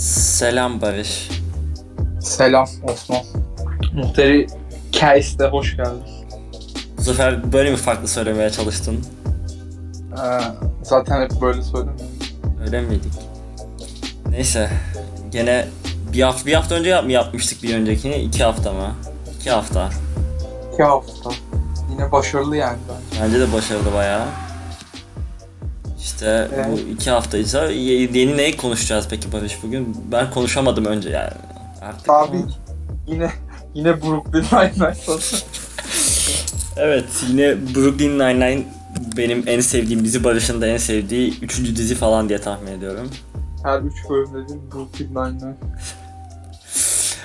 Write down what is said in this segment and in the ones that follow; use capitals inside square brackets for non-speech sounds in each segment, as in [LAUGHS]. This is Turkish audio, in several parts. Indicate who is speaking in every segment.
Speaker 1: Selam Barış.
Speaker 2: Selam Osman.
Speaker 3: Muhteri Kais'te hoş geldin.
Speaker 1: Bu sefer böyle mi farklı söylemeye çalıştın?
Speaker 2: Ee, zaten hep böyle söylemiyorum.
Speaker 1: Öyle miydik? Neyse. Gene bir hafta, bir hafta önce yap mı yapmıştık bir öncekini? İki hafta mı? İki hafta.
Speaker 2: İki hafta. Yine başarılı yani ben.
Speaker 1: Bence de başarılı bayağı. İşte bu
Speaker 2: Evet.
Speaker 1: iki hafta ise ye- yeni neyi konuşacağız peki Barış bugün? Ben konuşamadım önce yani. Artık
Speaker 2: Abi yine yine Brooklyn Nine-Nine satın.
Speaker 1: Evet yine Brooklyn Nine-Nine benim en sevdiğim dizi, Barış'ın da en sevdiği üçüncü dizi falan diye tahmin ediyorum.
Speaker 2: Her üç bölümde bir Brooklyn Nine-Nine.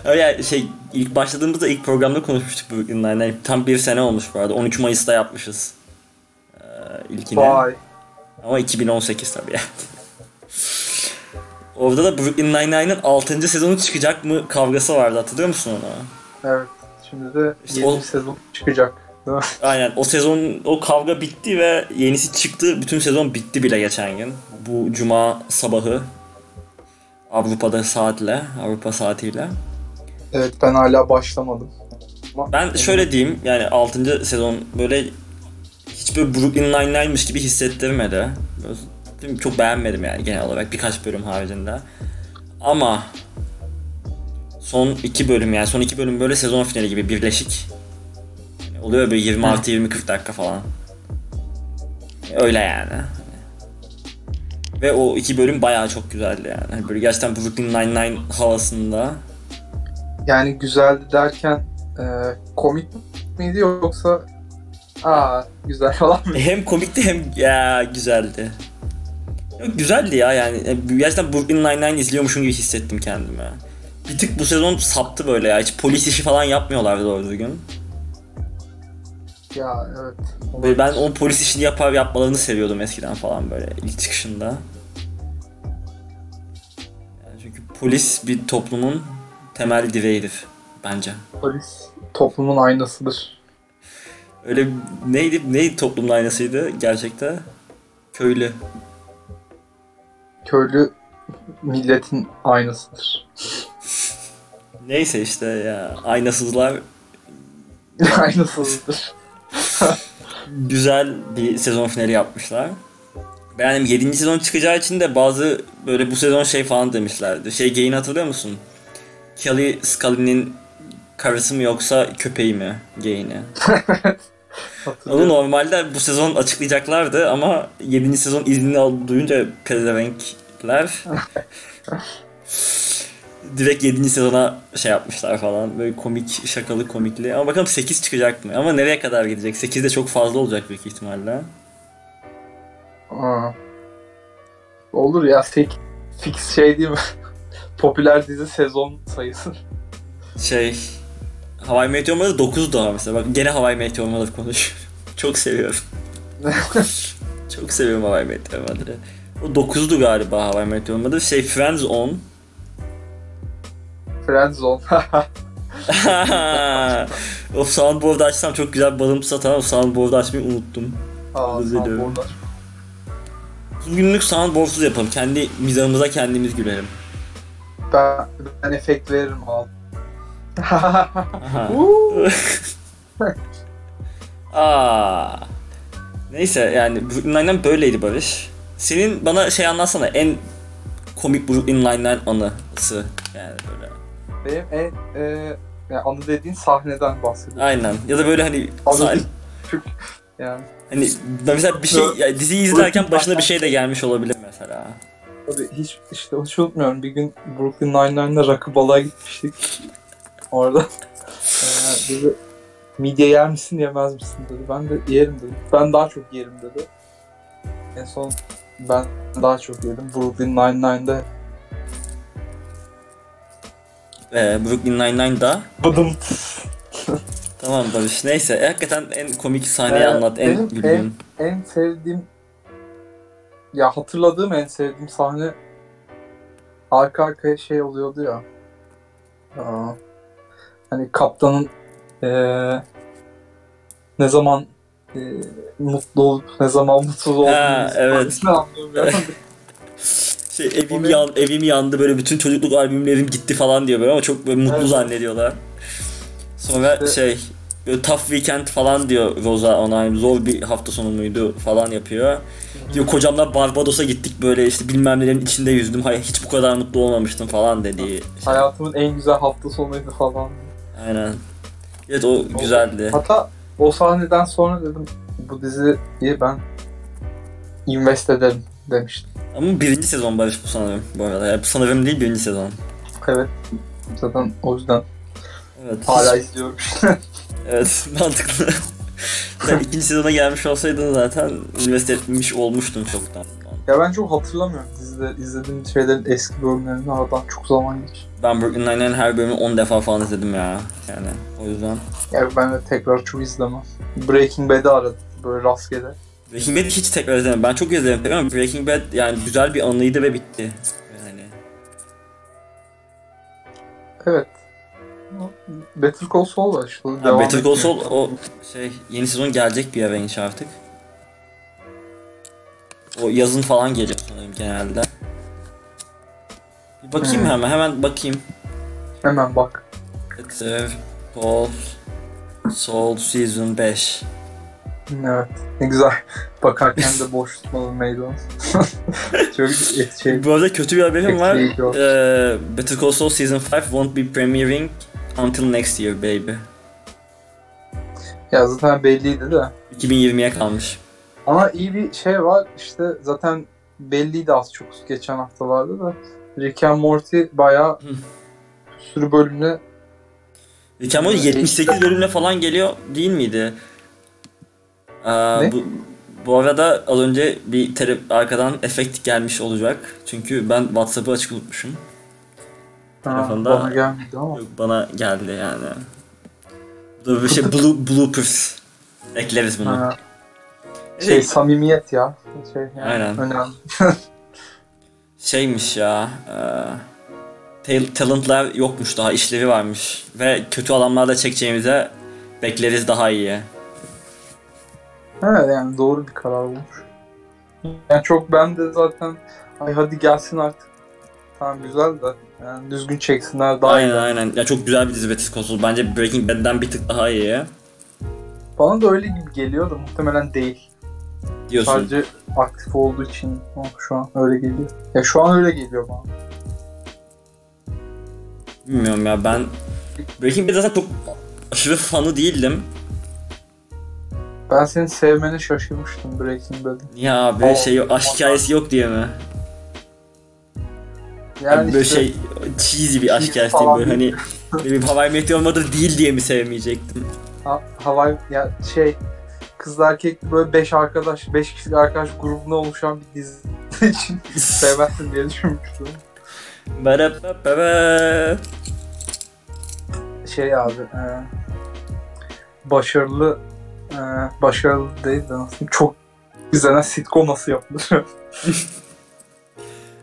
Speaker 1: Öyle yani şey ilk başladığımızda ilk programda konuşmuştuk Brooklyn Nine-Nine. Tam bir sene olmuş bu arada. 13 Mayıs'ta yapmışız. Ee, ilkini.
Speaker 2: Vay.
Speaker 1: Ama 2018 tabii yani. Orada da Brooklyn Nine-Nine'ın 6. sezonu çıkacak mı kavgası vardı hatırlıyor musun onu?
Speaker 2: Evet. Şimdi de
Speaker 1: İşte
Speaker 2: yeni
Speaker 1: o-
Speaker 2: bir sezon çıkacak. Değil mi?
Speaker 1: Aynen o sezon o kavga bitti ve yenisi çıktı. Bütün sezon bitti bile geçen gün. Bu cuma sabahı Avrupa'da saatle, Avrupa saatiyle.
Speaker 2: Evet ben hala başlamadım. Ama
Speaker 1: Ben şöyle diyeyim yani 6. sezon böyle hiç böyle Brooklyn Nine-Nine'miş gibi hissettirmedi. Böyle- değil mi? Çok beğenmedim yani genel olarak birkaç bölüm haricinde. Ama son iki bölüm yani son iki bölüm böyle sezon finali gibi birleşik. Yani oluyor böyle 20 artı 20 40 dakika falan. Öyle yani. Ve o iki bölüm bayağı çok güzeldi yani. Hani Böyle gerçekten Brooklyn Nine-Nine havasında.
Speaker 2: yani güzeldi derken e, komik miydi yoksa aa güzel falan [LAUGHS] mı?
Speaker 1: E, Hem komikti hem ya güzeldi. Yok, güzeldi ya yani. E, Gerçekten Brooklyn Nine-Nine izliyormuşum gibi hissettim kendimi. Bir tık bu sezon saptı böyle ya. Hiç polis işi falan yapmıyorlardı doğru düzgün.
Speaker 2: ya evet.
Speaker 1: Böyle ben o polis işini yapar yapmalarını seviyordum eskiden falan böyle ilk çıkışında. Yani çünkü polis bir toplumun temel direğidir bence.
Speaker 2: Polis toplumun aynasıdır.
Speaker 1: Öyle neydi, neydi toplumun aynasıydı gerçekte? Köylü.
Speaker 2: Köylü milletin aynasıdır. [LAUGHS]
Speaker 1: Neyse işte ya aynasızlar
Speaker 2: Aynısıdır.
Speaker 1: güzel bir sezon finali yapmışlar. Beğendim. 7. sezon çıkacağı için de bazı böyle bu sezon şey falan demişlerdi. Şey geyin hatırlıyor musun? Kelly Scully'nin karısı mı yoksa köpeği mi geyini? Onu normalde bu sezon açıklayacaklardı ama 7. sezon iznini al- duyunca pezevenkler direkt 7. sezona şey yapmışlar falan. Böyle komik, şakalı komikli. Ama bakalım 8 çıkacak mı? Ama nereye kadar gidecek? 8 de çok fazla olacak büyük ihtimalle.
Speaker 2: Aa. Olur ya fix, fix şey değil mi? [LAUGHS] Popüler dizi sezon sayısı. [LAUGHS]
Speaker 1: Şey... Hawaii Meteor Mother 9 daha mesela. Bak gene Hawaii Meteor Mother konuş. [LAUGHS] çok seviyorum. çok seviyorum Hawaii Meteor Mother'ı. O 9'du galiba Hawaii Meteor Mother. Şey Friends 10.
Speaker 2: Friendzone.
Speaker 1: [LAUGHS] o soundboard'u açsam çok güzel bir balım satan o soundboard'u açmayı unuttum.
Speaker 2: [LAUGHS] Aa,
Speaker 1: Özür
Speaker 2: tamam,
Speaker 1: dilerim.
Speaker 2: oradan.
Speaker 1: Bugünlük soundboardsuz yapalım. Kendi mizahımıza kendimiz gülelim.
Speaker 2: ben, ben efekt veririm abi. [LAUGHS]
Speaker 1: Aha.
Speaker 2: Uuu.
Speaker 1: Aa. Neyse yani Brooklyn Nine-Nine böyleydi Barış. Senin bana şey anlatsana en komik Brooklyn Nine-Nine anısı. Yani böyle.
Speaker 2: Benim en e, yani anı dediğin sahneden bahsediyorum.
Speaker 1: Aynen. Ya da böyle hani
Speaker 2: Anı Çünkü yani
Speaker 1: hani mesela bir şey yani diziyi izlerken başına bir şey de gelmiş olabilir mesela.
Speaker 2: tabii hiç işte hiç unutmuyorum. Bir gün Brooklyn Nine-Nine'la rakı balığa gitmiştik. Orada e, dedi midye yer misin yemez misin dedi. Ben de yerim dedim. Ben daha çok yerim dedi. En son ben daha çok yedim. Brooklyn Nine-Nine'de
Speaker 1: Ee, Brooklyn Nine-Nine'da
Speaker 2: Bıdım.
Speaker 1: Tamam Barış neyse e, hakikaten en komik sahneyi
Speaker 2: Ee,
Speaker 1: anlat en
Speaker 2: benim
Speaker 1: güldüğün.
Speaker 2: en sevdiğim ya hatırladığım en sevdiğim sahne arka arkaya şey oluyordu ya. Aa, hani kaptanın eee, ne zaman e, eee, mutlu olup ne zaman mutsuz olduğunu
Speaker 1: Ha, evet.
Speaker 2: anlamıyorum.
Speaker 1: Şey, evim,
Speaker 2: O ne?
Speaker 1: yan, evim yandı böyle bütün çocukluk albümlerim gitti falan diyor böyle ama çok böyle mutlu
Speaker 2: Evet.
Speaker 1: zannediyorlar. Sonra
Speaker 2: İşte-
Speaker 1: şey böyle tough weekend falan diyor Rosa ona hani zor bir hafta sonu muydu falan yapıyor. Diyor kocamla Barbados'a gittik böyle işte bilmem nelerin içinde yüzdüm hayır hiç bu kadar mutlu olmamıştım falan dediği. şey.
Speaker 2: Hayatımın en güzel hafta sonuydu falan.
Speaker 1: Aynen. Evet o güzeldi.
Speaker 2: Hatta o sahneden sonra dedim bu diziye ben invest ederim demiştim.
Speaker 1: Ama birinci sezon Barış bu sanırım bu arada. Yani bu sanırım değil birinci sezon.
Speaker 2: Evet. Zaten o yüzden
Speaker 1: Evet. [LAUGHS]
Speaker 2: hala izliyorum.
Speaker 1: Evet [LAUGHS] mantıklı. Sen ikinci sezona gelmiş olsaydın zaten invest etmiş olmuştun çoktan.
Speaker 2: ya ben çok hatırlamıyorum dizide izlediğim şeylerin eski bölümlerini aradan çok zaman geçti.
Speaker 1: Ben Brooklyn Nine-Nine'in her bölümünü 10 defa falan izledim ya. Yani o yüzden.
Speaker 2: Yani ben de tekrar çok izlemem. Breaking Bad'i aradım böyle rastgele.
Speaker 1: Breaking Bad'i hiç tekrar izlemedim. Ben çok izledim tabii ama Breaking Bad yani güzel bir anıydı ve bitti. Yani.
Speaker 2: Evet. Better Call Saul var işte.
Speaker 1: Ha,
Speaker 2: devam
Speaker 1: Better Call
Speaker 2: etmiyor.
Speaker 1: Saul o şey yeni sezon gelecek bir ara inşa artık. O yazın falan geliyor sanırım genelde. Bir bakayım
Speaker 2: Hmm.
Speaker 1: hemen hemen bakayım.
Speaker 2: Hemen bak.
Speaker 1: Better Call Saul Season 5.
Speaker 2: Evet. Ne güzel. [LAUGHS] Bakarken de boş tutmadım meydan. [LAUGHS] çok şey.
Speaker 1: Bu arada kötü bir haberim var.
Speaker 2: Pek iyi yok.
Speaker 1: Ee, Better Call Saul Season 5 won't be premiering until next year baby.
Speaker 2: Ya zaten belliydi de.
Speaker 1: 2020'ye kalmış.
Speaker 2: Ama iyi bir şey var. İşte zaten belliydi az çok geçen haftalarda da. Rick and Morty bayağı
Speaker 1: Hı.
Speaker 2: bir sürü bölümle
Speaker 1: Rick and Morty 78 bölümle falan geliyor değil miydi? Aa,
Speaker 2: Ne?
Speaker 1: Bu, bu arada az önce bir tele- arkadan efekt gelmiş olacak. Çünkü ben WhatsApp'ı açık unutmuşum.
Speaker 2: ha,
Speaker 1: Telefonda-
Speaker 2: bana gelmedi ama.
Speaker 1: Yok, Bana geldi yani. Bu da
Speaker 2: [LAUGHS]
Speaker 1: bir şey blue, bloopers. Ekleriz bunu.
Speaker 2: Ha, şey samimiyet ya. Şey, yani
Speaker 1: Aynen.
Speaker 2: Önemli.
Speaker 1: şeymiş ya. E, tal- talentlar yokmuş daha işlevi varmış. Ve kötü adamlarla çekeceğimize bekleriz daha iyi.
Speaker 2: Evet yani doğru bir karar olmuş. Yani çok ben de zaten ay hadi gelsin artık. Tamam güzel de yani düzgün çeksinler daha iyi.
Speaker 1: aynen aynen. Ya çok güzel bir dizi Betis Kosul. Bence Breaking Bad'den bir tık daha iyi
Speaker 2: Bana da öyle gibi geliyor da muhtemelen değil.
Speaker 1: diyorsun.
Speaker 2: Sadece aktif olduğu için ama şu an öyle geliyor. Ya şu an öyle geliyor bana.
Speaker 1: Bilmiyorum ya ben Breaking Bad zaten çok aşırı fanı değildim.
Speaker 2: Ben senin sevmene şaşırmıştım Breaking Bad'i.
Speaker 1: Ya abi
Speaker 2: Oo,
Speaker 1: şey aşk hikayesi yok diye mi?
Speaker 2: Yani
Speaker 1: böyle
Speaker 2: işte,
Speaker 1: şey cheesy bir aşk
Speaker 2: Cheesy
Speaker 1: hikayesi değil
Speaker 2: falan
Speaker 1: böyle hani bir Hawaii Meteor Mother değil diye mi sevmeyecektim?
Speaker 2: ha, havai ya şey kızla erkekli böyle 5 arkadaş, 5 kişilik arkadaş grubuna oluşan bir dizi [LAUGHS] için sevmezsin diye düşünmüştüm.
Speaker 1: Merhaba.
Speaker 2: şey abi e, başarılı e, başarılı değil de nasıl çok güzel sitcom nasıl yapılır? [LAUGHS]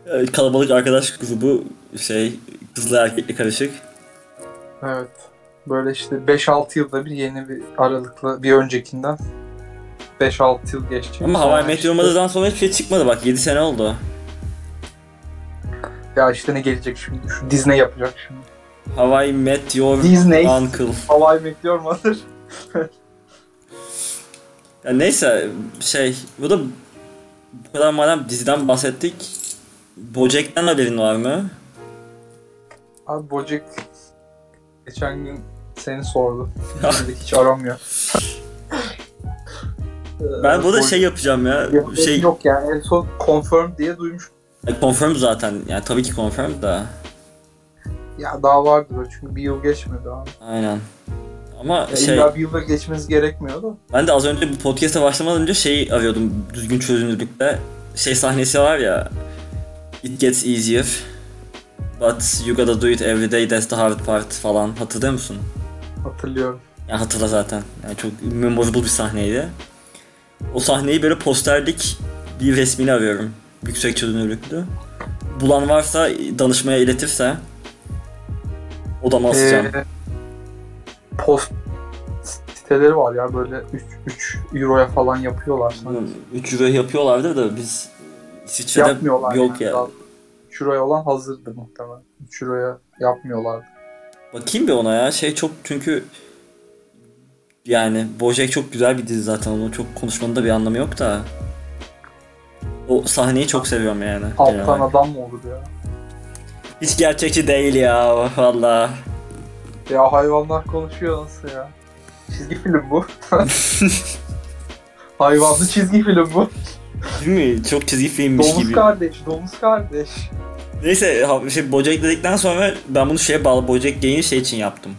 Speaker 1: Ee, kalabalık arkadaş grubu şey kızla erkekle karışık.
Speaker 2: evet. Böyle işte 5-6 yılda bir yeni bir aralıkla bir öncekinden 5-6 yıl geçecek.
Speaker 1: Ama
Speaker 2: Sonra
Speaker 1: Hawaii Meteor Mother'dan sonra hiçbir şey çıkmadı bak 7 sene oldu.
Speaker 2: işte- Ya işte ne gelecek şimdi? Şu Disney yapacak şimdi.
Speaker 1: Hawaii Meteor
Speaker 2: Disney
Speaker 1: Uncle.
Speaker 2: Hawaii bekliyor mudur?
Speaker 1: Ya neyse şey bu da bu kadar madem diziden bahsettik. Bojack'ten haberin var mı?
Speaker 2: Abi Bojack geçen gün seni sordu. Dedi, Hiç aramıyor.
Speaker 1: Ben
Speaker 2: Ee,
Speaker 1: burada
Speaker 2: Bojack-
Speaker 1: şey yapacağım ya.
Speaker 2: Ee, Yok,
Speaker 1: Şey
Speaker 2: yok yani en son confirm diye duymuş.
Speaker 1: confirm zaten. Yani tabii ki confirm da.
Speaker 2: Ya daha vardır o çünkü bir yıl geçmedi abi.
Speaker 1: Aynen. Ama
Speaker 2: Ya
Speaker 1: şey
Speaker 2: İlla bir yılda geçmesi gerekmiyor da.
Speaker 1: ben de az önce bu podcast'a başlamadan önce şey arıyordum düzgün çözünürlükte. Şey sahnesi var ya. It gets easier. But you gotta do it every day that's the hard part falan. Hatırlıyor musun?
Speaker 2: Hatırlıyorum.
Speaker 1: Yani hatırla zaten. Yani çok memorable bir sahneydi. O sahneyi böyle posterlik bir resmini arıyorum. Yüksek çözünürlüklü. Bulan varsa danışmaya iletirse odama asacağım.
Speaker 2: Ee, post siteleri var ya böyle 3, 3 euroya falan yapıyorlar. sanki.
Speaker 1: Bilmiyorum, Üç euro yapıyorlardır da biz İsviçre'de
Speaker 2: Yapmıyorlar.
Speaker 1: yok
Speaker 2: yani.
Speaker 1: ya.
Speaker 2: 3 euroya olan hazırdı muhtemelen. 3 euroya yapmıyorlardı.
Speaker 1: Bakayım bir ona ya. Şey çok çünkü yani Bojack çok güzel bir dizi zaten. Onun çok konuşmanın da bir anlamı yok da. O sahneyi çok seviyorum yani. genel
Speaker 2: Alttan
Speaker 1: olarak.
Speaker 2: adam mı olur ya?
Speaker 1: Hiç gerçekçi değil ya valla.
Speaker 2: Ya hayvanlar konuşuyor nasıl ya? Çizgi film bu. [LAUGHS] Hayvanlı çizgi film bu.
Speaker 1: Değil mi? Çok çizgi filmmiş
Speaker 2: Domuz
Speaker 1: gibi.
Speaker 2: kardeş, domuz kardeş.
Speaker 1: Neyse ha- şey Bojack dedikten sonra ben bunu şeye bağlı Bojack yayın şey için yaptım.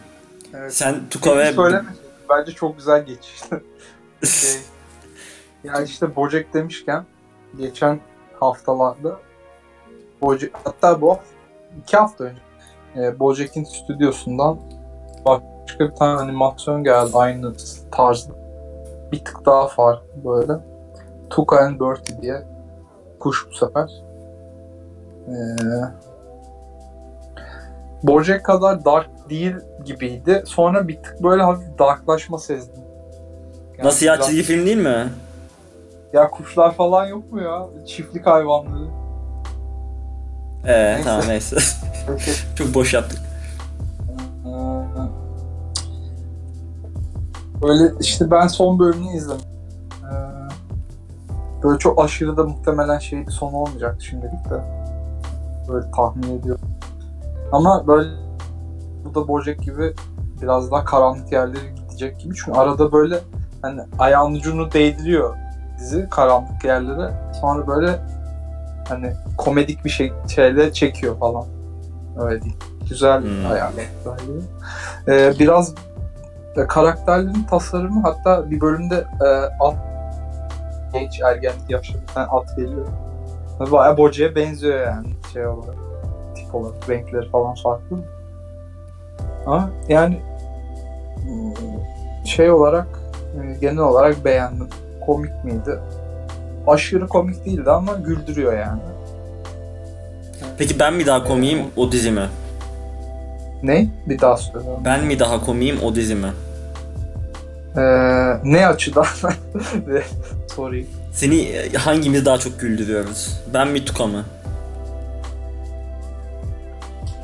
Speaker 2: Evet.
Speaker 1: Sen Tuka ve... [LAUGHS]
Speaker 2: Söylemesin. Bence çok güzel geçişti. şey, yani işte Bojack demişken geçen haftalarda Bojack, hatta bu iki hafta önce e, Bojack'in stüdyosundan başka bir tane animasyon geldi aynı tarzda. Bir tık daha farklı böyle. Tuca and Bertie diye kuş bu sefer. E, Bojack kadar dark değil gibiydi. Sonra bir tık böyle hafif darklaşma sezdim. Yani
Speaker 1: Nasıl ya
Speaker 2: biraz-
Speaker 1: çizgi film değil mi?
Speaker 2: ya kuşlar falan yok mu ya? Çiftlik hayvanları.
Speaker 1: Ee tamam neyse. [LAUGHS] çok boş yaptık.
Speaker 2: Ee, Böyle işte ben son bölümünü izledim. Ee, Böyle çok aşırı da muhtemelen şey bir son olmayacak şimdilik de. Böyle tahmin ediyorum. Ama böyle bu da Bojack gibi biraz daha karanlık yerlere gidecek gibi. Çünkü arada böyle hani ayağın ucunu değdiriyor dizi karanlık yerlere. Sonra böyle hani komedik bir şey, şeyle çekiyor falan. Öyle değil. Güzel
Speaker 1: Hmm.
Speaker 2: ayarlar. bence. Ee, biraz e, karakterlerin tasarımı hatta bir bölümde e, at genç ergenlik yaşlı bir tane at geliyor. Bayağı Bojack'e benziyor yani şey olarak. Tip olarak renkleri falan farklı. Ama yani e, şey olarak e, genel olarak beğendim. Komik miydi? Aşırı komik değildi ama güldürüyor yani.
Speaker 1: Peki ben mi daha
Speaker 2: Ee,
Speaker 1: komiyim o dizi mi?
Speaker 2: Ne? Bir daha söylüyorum.
Speaker 1: Ben mi daha komiyim o dizi mi?
Speaker 2: Ee, ne açıdan? [LAUGHS] Sorry.
Speaker 1: Seni e, hangimiz daha çok güldürüyoruz? Ben mi Tuka mı?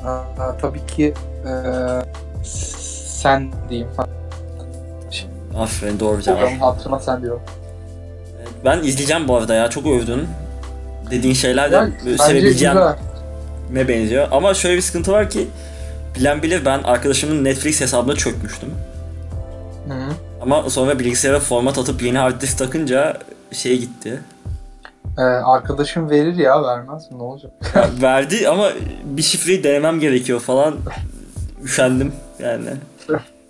Speaker 2: Aa, tabii ki eee, sen diyeyim.
Speaker 1: Aferin doğru cevap.
Speaker 2: Programın hatırına sen diyorum.
Speaker 1: Ben izleyeceğim bu arada ya çok övdün. Dediğin şeyler de
Speaker 2: Yani
Speaker 1: böyle
Speaker 2: bence
Speaker 1: sevebileceğime
Speaker 2: güzel.
Speaker 1: benziyor. Ama şöyle bir sıkıntı var ki bilen bilir ben arkadaşımın Netflix hesabına çökmüştüm.
Speaker 2: Hı hı.
Speaker 1: Ama sonra bilgisayara format atıp yeni hard disk takınca şeye gitti.
Speaker 2: Ee, arkadaşım verir ya vermez mi? Ne olacak? [LAUGHS]
Speaker 1: Ya, Verdi ama bir şifreyi denemem gerekiyor falan. Üşendim
Speaker 2: [LAUGHS]
Speaker 1: yani.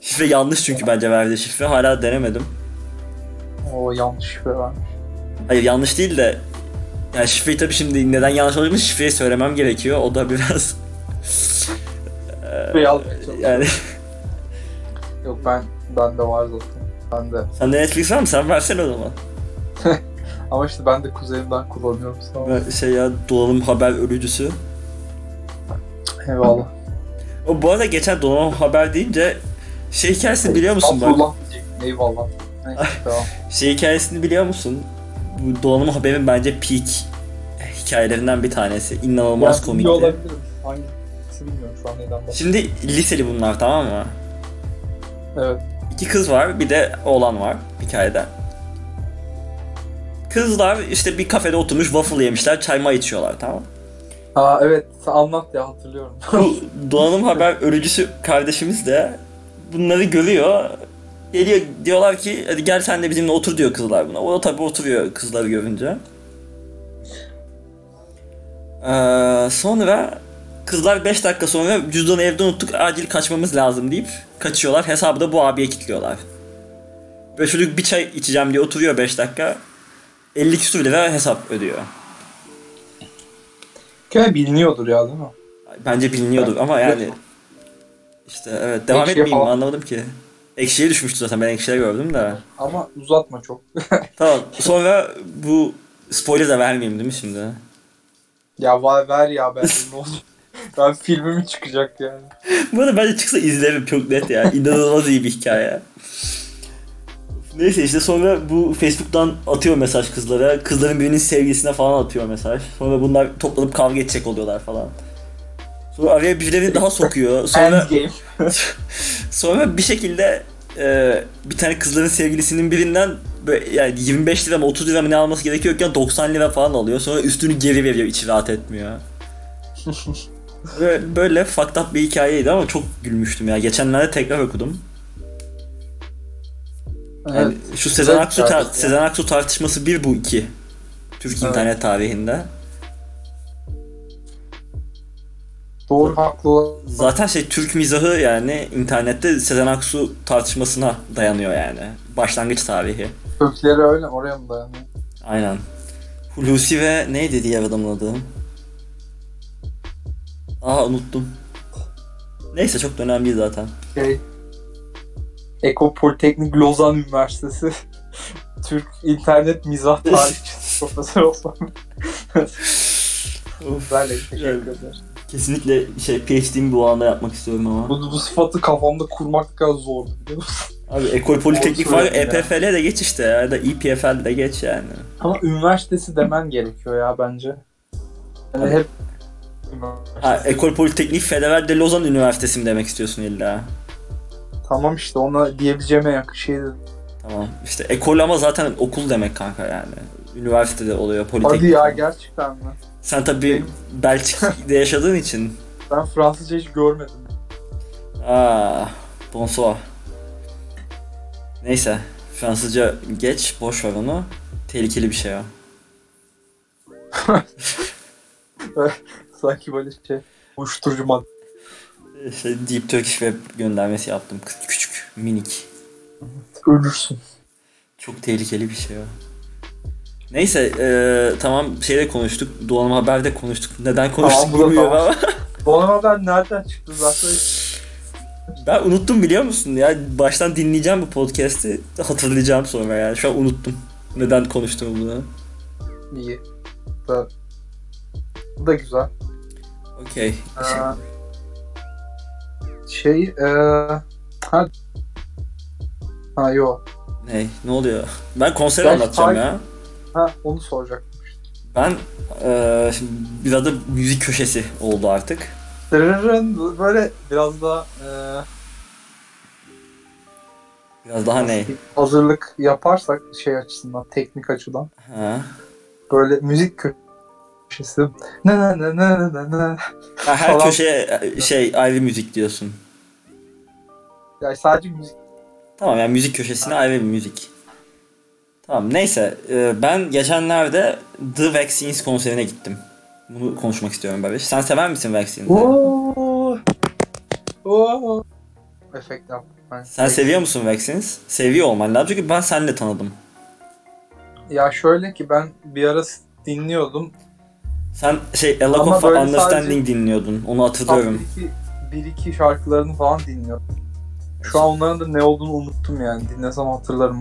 Speaker 1: Şifre yanlış çünkü bence verdiği şifre. Hala denemedim.
Speaker 2: O yanlış şifre vermiş.
Speaker 1: Hayır yanlış değil de yani şifreyi tabii şimdi neden yanlış olabilir şifreyi söylemem gerekiyor. O da [LAUGHS] biraz
Speaker 2: Şifreyi almaya çalışıyorum.
Speaker 1: yani
Speaker 2: Yok ben bende var zaten. Ben de.
Speaker 1: sen de Netflix var mı? Sen versene o zaman.
Speaker 2: Ama işte ben de kuzenimden kullanıyorum sağ ol.
Speaker 1: Ben şey ya dolanım haber ölücüsü.
Speaker 2: Eyvallah.
Speaker 1: O bu arada geçen dolanım haber deyince şey hikayesini biliyor musun bak?
Speaker 2: Abdullah diyecektim, Eyvallah.
Speaker 1: [LAUGHS]
Speaker 2: Neyse tamam.
Speaker 1: Şey hikayesini biliyor musun? Bu dolanım haberin bence peak hikayelerinden bir tanesi. İnanılmaz
Speaker 2: Ben
Speaker 1: komikti.
Speaker 2: biliyor olabilirim. Hangisi bilmiyorum şu an neden bahsediyorum.
Speaker 1: Şimdi liseli bunlar tamam mı?
Speaker 2: Evet.
Speaker 1: İki kız var bir de oğlan var hikayede. Kızlar işte bir kafede oturmuş waffle yemişler çay may içiyorlar tamam.
Speaker 2: Aa evet sen anlat ya hatırlıyorum. [LAUGHS]
Speaker 1: Bu donanım haber örücüsü kardeşimiz de bunları görüyor. Geliyor diyorlar ki hadi gel sen de bizimle otur diyor kızlar buna. O da tabii oturuyor kızları görünce. Ee, sonra kızlar 5 dakika sonra cüzdanı evde unuttuk acil kaçmamız lazım deyip kaçıyorlar. Hesabı da bu abiye kilitliyorlar. Ve çocuk bir çay içeceğim diye oturuyor 5 dakika. 50 küsur lira hesap ödüyor.
Speaker 2: Köy biliniyordur ya değil mi?
Speaker 1: Bence biliniyordur ama yani işte evet devam
Speaker 2: Ekşiye
Speaker 1: etmeyeyim
Speaker 2: falan-
Speaker 1: anlamadım ki. Ekşiye düşmüştü zaten ben ekşiye gördüm de.
Speaker 2: Ama uzatma çok.
Speaker 1: Tamam sonra bu spoiler da vermeyeyim değil mi şimdi?
Speaker 2: Ya ver, ver ya ben
Speaker 1: [LAUGHS]
Speaker 2: ne olacak? ben filmimi çıkacak yani.
Speaker 1: Bu arada bence çıksa izlerim çok net ya. İnanılmaz iyi bir hikaye. Neyse işte sonra bu Facebook'tan atıyor mesaj kızlara. Kızların birinin sevgilisine falan atıyor mesaj. Sonra bunlar toplanıp kavga edecek oluyorlar falan. Sonra araya birilerini daha sokuyor. Sonra
Speaker 3: Endgame.
Speaker 1: [LAUGHS] sonra bir şekilde e, bir tane kızların sevgilisinin birinden böyle yani 25 lira mı 30 lira mı ne alması gerekiyorken 90 lira falan alıyor. Sonra üstünü geri veriyor içi rahat etmiyor.
Speaker 2: [LAUGHS]
Speaker 1: böyle, böyle fucked up bir hikayeydi ama çok gülmüştüm ya. Geçenlerde tekrar okudum. Yani
Speaker 2: Evet.
Speaker 1: şu Sezen
Speaker 2: bir
Speaker 1: Aksu, tar-
Speaker 2: tarih ya.
Speaker 1: Sezen Aksu tartışması bir bu iki. Türk
Speaker 2: Evet.
Speaker 1: internet tarihinde.
Speaker 2: Doğru haklı olan.
Speaker 1: Zaten şey Türk mizahı yani internette Sezen Aksu tartışmasına dayanıyor yani. Başlangıç tarihi.
Speaker 2: Kökleri öyle oraya mı dayanıyor?
Speaker 1: Aynen. Hulusi ve neydi diğer adamın adı? Aa unuttum. Neyse çok da önemli değil zaten.
Speaker 2: Şey, Eko Politeknik Lozan Üniversitesi [LAUGHS] Türk İnternet
Speaker 1: [LAUGHS]
Speaker 2: Mizah Tarihçisi Profesör Osman Berle teşekkür
Speaker 1: Evet.
Speaker 2: ederim.
Speaker 1: Kesinlikle şey PhD'mi bu alanda yapmak istiyorum ama.
Speaker 2: Bu, bu sıfatı kafamda kurmak ne kadar zordu biliyor musun?
Speaker 1: Abi ekol politeknik E
Speaker 2: Olsun
Speaker 1: var,
Speaker 2: ya.
Speaker 1: EPFL de geç işte ya da E EPFL de geç yani.
Speaker 2: Ama üniversitesi demen gerekiyor ya bence. Yani
Speaker 1: Tabii.
Speaker 2: hep
Speaker 1: Ha, Ekol Politeknik Federal de Lozan Üniversitesi mi demek istiyorsun illa?
Speaker 2: tamam işte ona diyebileceğime yakın şey şeydi.
Speaker 1: Tamam. İşte ekol ama zaten okul demek kanka yani. Üniversitede oluyor politeknik.
Speaker 2: Hadi ya gerçekten mi?
Speaker 1: Sen tabii Belçika'da yaşadığın için.
Speaker 2: Ben Fransızca hiç görmedim.
Speaker 1: Aa, Ah, bonsoir. Neyse. Fransızca geç, boş ver onu. Tehlikeli bir şey o.
Speaker 2: Sanki böyle şey uyuşturucu madde.
Speaker 1: İşte Deep Turkish Web göndermesi yaptım. Kı- Küçük, minik.
Speaker 2: Ölürsün.
Speaker 1: Çok tehlikeli bir şey o. Neyse, eee, tamam şeyde konuştuk. Doğanım Haber'de konuştuk. Neden konuştuk
Speaker 2: Tamam, bu da
Speaker 1: bilmiyorum
Speaker 2: tamam.
Speaker 1: ama. [LAUGHS]
Speaker 2: Bana haber nereden çıktı zaten?
Speaker 1: Ben unuttum biliyor musun ya? Baştan dinleyeceğim bu podcast'i. Hatırlayacağım sonra yani. Şu an unuttum. Neden konuştuğumu bunu.
Speaker 2: İyi. Da, bu da güzel.
Speaker 1: Okey.
Speaker 2: Ee, şey ee, ha ha yo
Speaker 1: Ne? Ne oluyor? Ben konser
Speaker 2: Ben
Speaker 1: anlatacağım
Speaker 2: fark-
Speaker 1: ya.
Speaker 2: ha onu soracak.
Speaker 1: Ben eee şimdi biraz da müzik köşesi oldu artık.
Speaker 2: Dırırın böyle biraz daha ee,
Speaker 1: Biraz daha ne?
Speaker 2: hazırlık yaparsak şey açısından teknik açıdan
Speaker 1: Ha.
Speaker 2: böyle müzik köşesi ne ne ne ne ne ne ne
Speaker 1: Ha, her
Speaker 2: Falan.
Speaker 1: köşeye e, şey ayrı müzik diyorsun.
Speaker 2: yani sadece müzik
Speaker 1: Tamam yani müzik köşesine ayrı bir müzik. Tamam neyse eee, ben geçenlerde The Vaccines konserine gittim. Bunu konuşmak istiyorum Barış. Sen sever misin Vaccines'i?
Speaker 2: ooo ooo efekt yap. Ben-
Speaker 1: Sen seviyor musun Vaccines? Seviyor olman lazım çünkü ben seninle tanıdım.
Speaker 2: Ya şöyle ki ben bir ara dinliyordum.
Speaker 1: Sen şey A Lack
Speaker 2: Ama
Speaker 1: of
Speaker 2: böyle
Speaker 1: Understanding
Speaker 2: sadece-
Speaker 1: dinliyordun. Onu
Speaker 2: Tam
Speaker 1: hatırlıyorum.
Speaker 2: bir iki, bir iki şarkılarını falan dinliyordum. Şu an onların da ne olduğunu unuttum yani. Dinlesem hatırlarım.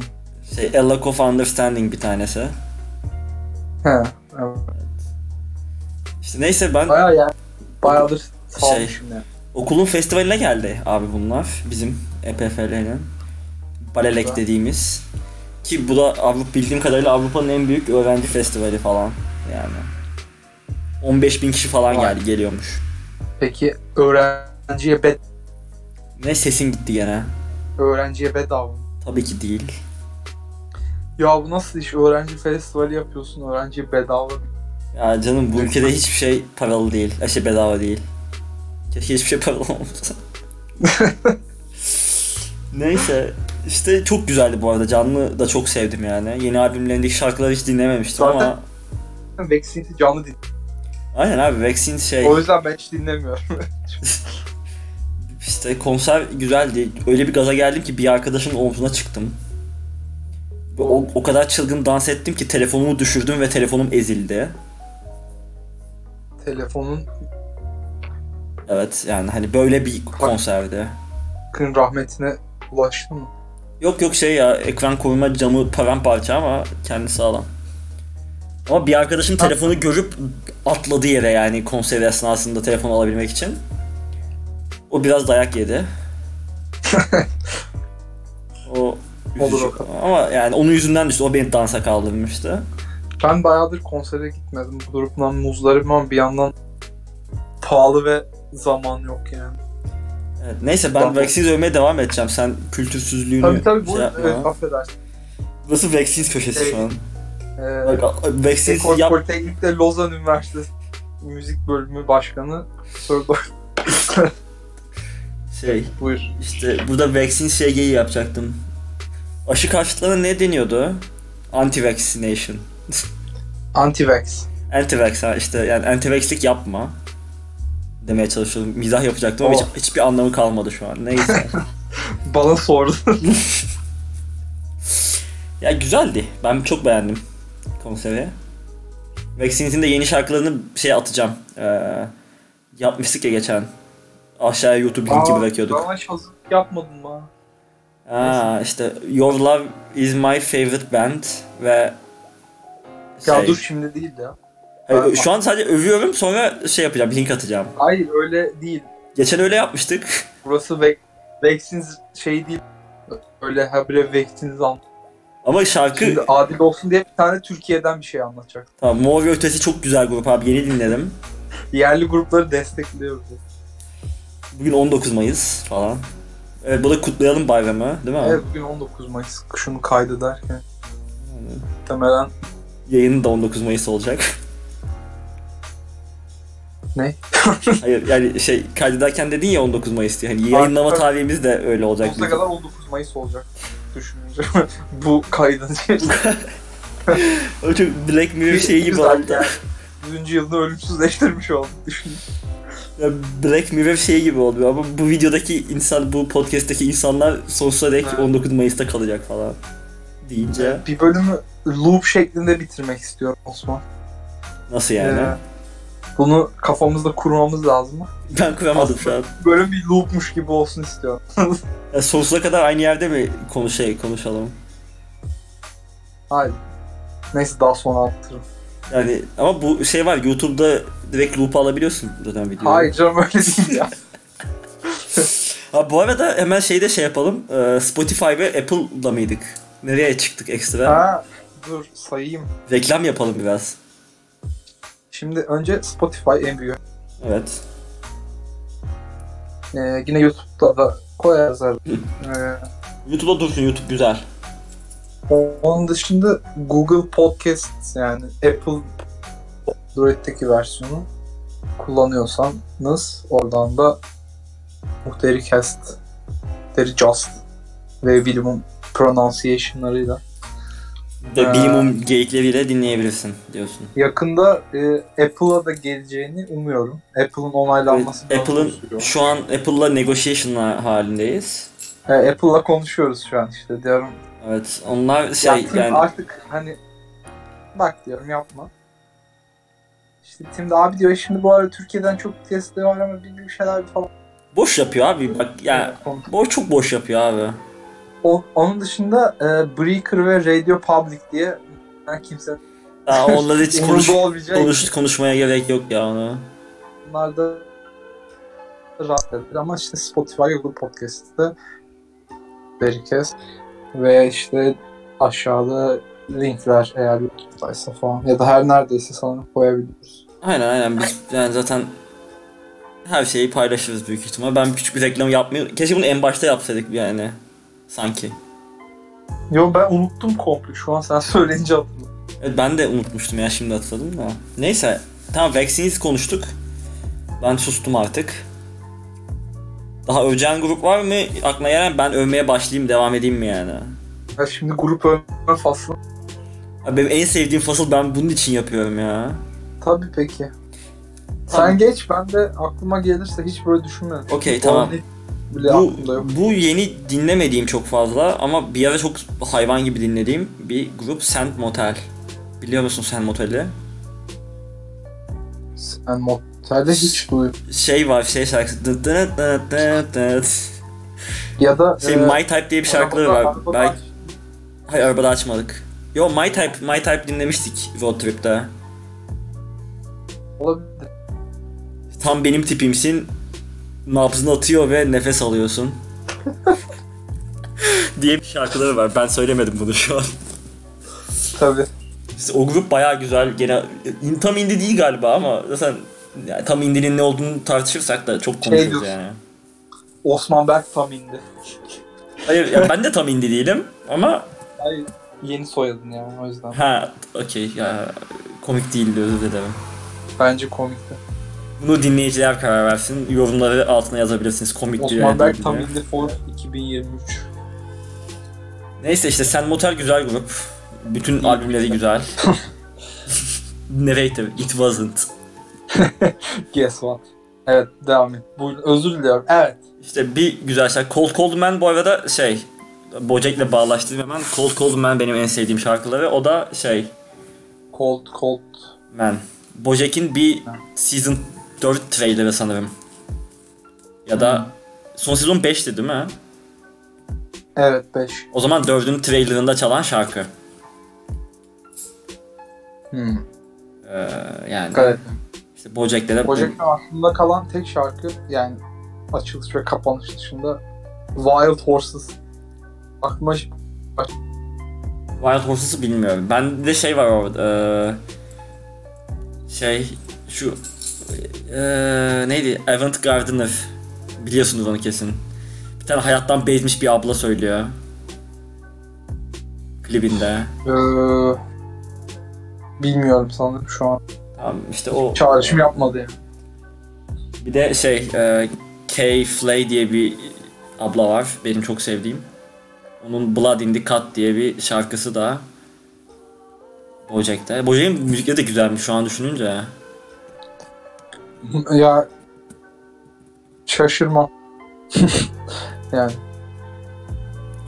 Speaker 1: Şey A Lack of Understanding bir tanesi.
Speaker 2: He. evet.
Speaker 1: İşte neyse ben
Speaker 2: Bayağı yani. Bayağıdır salmışım yani.
Speaker 1: okulun festivaline geldi abi bunlar. Bizim E EPFL'nin. Balelek
Speaker 2: Güzel.
Speaker 1: dediğimiz. Ki bu da Avrupa bildiğim kadarıyla Avrupa'nın en büyük öğrenci festivali falan yani. 15 bin kişi falan
Speaker 2: Vay.
Speaker 1: geldi geliyormuş.
Speaker 2: Peki öğrenciye bed
Speaker 1: Ne sesin gitti gene.
Speaker 2: öğrenciye bedava. mı?
Speaker 1: Tabii ki değil.
Speaker 2: Ya bu nasıl iş? Öğrenci festivali yapıyorsun. Öğrenciye bedava.
Speaker 1: Ya canım bu ülkede hiçbir şey paralı değil. Ay şey bedava değil. Keşke hiçbir şey paralı
Speaker 2: [LAUGHS]
Speaker 1: olmasa. Neyse. işte çok güzeldi bu arada. Canlı da çok sevdim yani. Yeni albümlerindeki şarkıları hiç dinlememiştim
Speaker 2: Zaten-
Speaker 1: ama...
Speaker 2: Vexit'i canlı din.
Speaker 1: Aynen abi Vaccine şey...
Speaker 2: O yüzden ben hiç dinlemiyorum.
Speaker 1: işte konser güzeldi. Öyle bir gaza geldim ki bir arkadaşın omzuna çıktım. Ve o, o kadar çılgın dans ettim ki telefonumu düşürdüm ve telefonum ezildi.
Speaker 2: Telefonun
Speaker 1: Evet yani hani böyle bir konserdi.
Speaker 2: kın rahmetine ulaştı mı?
Speaker 1: Yok yok şey ya ekran koruma camı paramparça ama kendi sağlam. Ama bir arkadaşım telefonu görüp atladı yere yani konser esnasında telefonu alabilmek için.
Speaker 2: [LAUGHS]
Speaker 1: O biraz dayak yedi. o
Speaker 2: Olur
Speaker 1: Üzücü.
Speaker 2: o kadar.
Speaker 1: Ama yani onun yüzünden düştü. O beni dansa kaldırmıştı.
Speaker 2: Ben bayağıdır konsere gitmedim. Bu durumdan muzdaribim ama bir yandan pahalı ve zaman yok yani.
Speaker 1: Evet, neyse ben
Speaker 2: Tamam.
Speaker 1: Vaxiz övmeye devam edeceğim. Sen kültürsüzlüğünü
Speaker 2: Tabii tabii bu
Speaker 1: şey yapma.
Speaker 2: evet, affedersin.
Speaker 1: Nasıl Vaxiz köşesi şu an?
Speaker 2: Ee,
Speaker 1: Bak, Vaxiz
Speaker 2: Tekor,
Speaker 1: yap...
Speaker 2: Politeknik'te Lozan Üniversitesi Müzik Bölümü Başkanı Soru
Speaker 1: Şey,
Speaker 2: Buyur.
Speaker 1: işte burada Vaxiz şeygeyi yapacaktım. Aşı karşıtlığına ne deniyordu? Anti-vaccination.
Speaker 2: Anti-vax.
Speaker 1: Anti-vax ha, işte yani anti-vax'lik yapma. Demeye çalışıyorum. Mizah yapacaktım ama
Speaker 2: Oh.
Speaker 1: hiç- hiçbir anlamı kalmadı şu an. Neyse.
Speaker 2: [LAUGHS] Bana sordu.
Speaker 1: Ya güzeldi. Ben çok beğendim konseri. Vexinit'in de yeni şarkılarını şey atacağım. Ee, yapmıştık ya geçen. Aşağıya YouTube linki bırakıyorduk.
Speaker 2: Bana hiç hazırlık yapmadın bana.
Speaker 1: Aa, işte Your Love Is My Favorite Band ve
Speaker 2: Ya
Speaker 1: şey-
Speaker 2: dur şimdi değil ya.
Speaker 1: Hayır, Ee, şu an sadece övüyorum sonra şey yapacağım link atacağım.
Speaker 2: Hayır öyle değil.
Speaker 1: Geçen öyle yapmıştık. [LAUGHS]
Speaker 2: Burası ve Vax'iniz şey değil. Öyle habire Vax'iniz an.
Speaker 1: Ama şarkı
Speaker 2: Şimdi adil olsun diye bir tane Türkiye'den bir şey anlatacak.
Speaker 1: tamam, Mor ve Ötesi çok güzel grup abi yeni dinledim.
Speaker 2: Yerli grupları destekliyoruz.
Speaker 1: Bugün 19 Mayıs falan. Evet bu da kutlayalım bayramı değil mi?
Speaker 2: Evet bugün 19 Mayıs. Şunu kaydederken. Muhtemelen
Speaker 1: Yayını da 19 Mayıs olacak.
Speaker 2: [LAUGHS] Ne?
Speaker 1: [LAUGHS] Hayır yani şey kaydederken dedin ya 19 Mayıs diye. Hani yayınlama
Speaker 2: Artık-
Speaker 1: tarihimiz de öyle olacak.
Speaker 2: sonsuza kadar 19 Mayıs olacak. Düşününce [LAUGHS] bu kaydın
Speaker 1: O çok Black Mirror şeyi gibi
Speaker 2: Güzel
Speaker 1: oldu.
Speaker 2: yani. 100. yılını ölümsüzleştirmiş olduk düşün.
Speaker 1: Ya Black Mirror şeyi gibi oldu ama bu videodaki insan, bu podcast'teki insanlar sonsuza dek
Speaker 2: Evet.
Speaker 1: 19 Mayıs'ta kalacak falan deyince
Speaker 2: Bir bölümü loop şeklinde bitirmek istiyorum Osman.
Speaker 1: nasıl yani?
Speaker 2: Ee, bunu kafamızda kurmamız lazım.
Speaker 1: Ben kuramadım şu an.
Speaker 2: Bölüm bir loopmuş gibi olsun istiyorum.
Speaker 1: Ya sonsuza kadar aynı yerde mi konuş şey, konuşalım?
Speaker 2: Hayır. Neyse daha sonra anlatırım.
Speaker 1: Yani ama bu şey var YouTube'da direkt loop alabiliyorsun zaten videoyu.
Speaker 2: Hayır canım öyle
Speaker 1: [LAUGHS]
Speaker 2: değil ya.
Speaker 1: Ha bu arada hemen şeyi de şey yapalım. Ee, Spotify ve Apple'da mıydık? Nereye çıktık ekstra?
Speaker 2: ha, dur sayayım.
Speaker 1: Reklam yapalım biraz.
Speaker 2: Şimdi önce Spotify en büyüğü.
Speaker 1: Evet.
Speaker 2: Ee, yine YouTube'da da koyarız herhalde. Ee,
Speaker 1: YouTube'da dursun YouTube güzel.
Speaker 2: onun dışında Google Podcast yani Apple Android'deki versiyonu kullanıyorsanız oradan da Muhteri Cast, Muhteri Just ve bilimum pronunciation'larıyla
Speaker 1: Bir De
Speaker 2: Ha.
Speaker 1: minimum geyikleriyle dinleyebilirsin diyorsun.
Speaker 2: Yakında e, Apple'a da geleceğini umuyorum. Apple'ın onaylanması
Speaker 1: Evet, Apple'ın
Speaker 2: sürüyor.
Speaker 1: şu an Apple'la negotiation halindeyiz.
Speaker 2: E, Apple'la konuşuyoruz şu an işte diyorum.
Speaker 1: Evet onlar şey
Speaker 2: Ya Tim
Speaker 1: yani
Speaker 2: artık hani bak diyorum yapma. İşte Tim de abi diyor şimdi bu arada Türkiye'den çok testi var ama bir, bir şeyler falan.
Speaker 1: boş yapıyor abi bak yani
Speaker 2: Konu-
Speaker 1: boş çok boş yapıyor abi.
Speaker 2: O- onun dışında e, Breaker ve Radio Public diye ben kimse [LAUGHS]
Speaker 1: Daha onları hiç konuş,
Speaker 2: umurda olmayacak.
Speaker 1: konuş, konuşmaya gerek yok ya onu.
Speaker 2: Bunlar da rahat edilir ama işte Spotify, Google Podcast'ta Berikes ve işte aşağıda linkler eğer YouTube'daysa falan ya da her neredeyse sana koyabiliriz.
Speaker 1: Aynen aynen biz yani zaten her şeyi paylaşırız büyük ihtimal. Ben küçük bir reklam yapmıyorum. Keşke bunu en başta yapsaydık yani. Sanki.
Speaker 2: Yo ben unuttum komple şu an sen [LAUGHS] söyleyince hatırladım.
Speaker 1: Evet, ben de unutmuştum ya şimdi hatırladım da. Neyse tamam Vaccines konuştuk. Ben sustum artık. Daha öveceğin grup var mı? Aklına gelen ben övmeye başlayayım devam edeyim mi yani?
Speaker 2: Ya şimdi grup övme faslı.
Speaker 1: Abi benim en sevdiğim fasıl ben bunun için yapıyorum ya.
Speaker 2: Tabii peki.
Speaker 1: Tamam.
Speaker 2: Sen geç ben de aklıma gelirse hiç böyle düşünmedim.
Speaker 1: Okey tamam.
Speaker 2: Onun Bile
Speaker 1: Bu,
Speaker 2: aklımda yok.
Speaker 1: bu yeni dinlemediğim çok fazla ama bir ara çok hayvan gibi dinlediğim bir grup Sand Motel. Biliyor musun Sand Motel'i?
Speaker 2: Sen motelde hiç duyup
Speaker 1: Şey var şey şarkısı. Dıt dıt dıt dıt dıt.
Speaker 2: ya da
Speaker 1: Şey
Speaker 2: e,
Speaker 1: My Type diye bir şarkıları
Speaker 2: arabada-
Speaker 1: var.
Speaker 2: arabada
Speaker 1: Belki Hayır arabada açmadık. Yo My Type, My Type dinlemiştik road trip'te.
Speaker 2: olabilir.
Speaker 1: Tam benim tipimsin. Nabzını atıyor ve nefes alıyorsun. [LAUGHS] diye şarkıları var. Ben söylemedim bunu şu an.
Speaker 2: Tabii.
Speaker 1: İşte o grup baya güzel. Gene in- tam indi değil galiba ama zaten yani tam indinin ne olduğunu tartışırsak da çok konuşuruz
Speaker 2: yok.
Speaker 1: yani.
Speaker 2: Osman Berk tam indi.
Speaker 1: Hayır ya ben de tam indi değilim ama
Speaker 2: Hayır. Yeni soyadın yani o yüzden.
Speaker 1: ha okey ya komik değildi özür dilerim.
Speaker 2: Bence komikti.
Speaker 1: Bunu dinleyiciler karar versin. Yorumları altına yazabilirsiniz. Komik diyor.
Speaker 2: Osman
Speaker 1: yani
Speaker 2: Berk
Speaker 1: değil
Speaker 2: tam
Speaker 1: diyor.
Speaker 2: indi for 2023.
Speaker 1: Neyse işte Sen Motel güzel grup. Bütün albümleri güzel. Narrator, it wasn't.
Speaker 2: Guess what? Evet devam et. Buyurun özür diliyorum. Evet.
Speaker 1: İşte bir güzel şarkı. Cold Cold Man bu arada şey Bojack'le bağlaştırdım hemen. Cold Cold Man benim en sevdiğim şarkıları. O da şey
Speaker 2: Cold Cold.
Speaker 1: Man. Bojack'in bir Season 4 trailer'ı sanırım. Ya da son sezon 5'ti değil mi?
Speaker 2: Evet 5.
Speaker 1: O zaman 4'ün trailer'ında çalan şarkı.
Speaker 2: Hmm.
Speaker 1: Ee, yani
Speaker 2: Evet.
Speaker 1: işte Bojack'le de
Speaker 2: Bojack'ın aklımda kalan tek şarkı yani açılış ve kapanış dışında Wild Horses. Aklıma ş-
Speaker 1: Wild Horses'ı bilmiyorum. Ben de şey var orada. eee, şey şu eee, neydi? Avant Gardner. Biliyorsunuz onu kesin. Bir tane hayattan bezmiş bir abla söylüyor. Klibinde.
Speaker 2: Ee, bilmiyorum sanırım şu an.
Speaker 1: Tamam işte o.
Speaker 2: Çağrışım yapmadı yani.
Speaker 1: Bir de şey eee Kay Flay diye bir abla var. Benim çok sevdiğim. Onun Blood in the Cut diye bir şarkısı da. Bojack'te. Bojack'in müzikleri de güzelmiş şu an düşününce.
Speaker 2: [LAUGHS] ya şaşırma. yani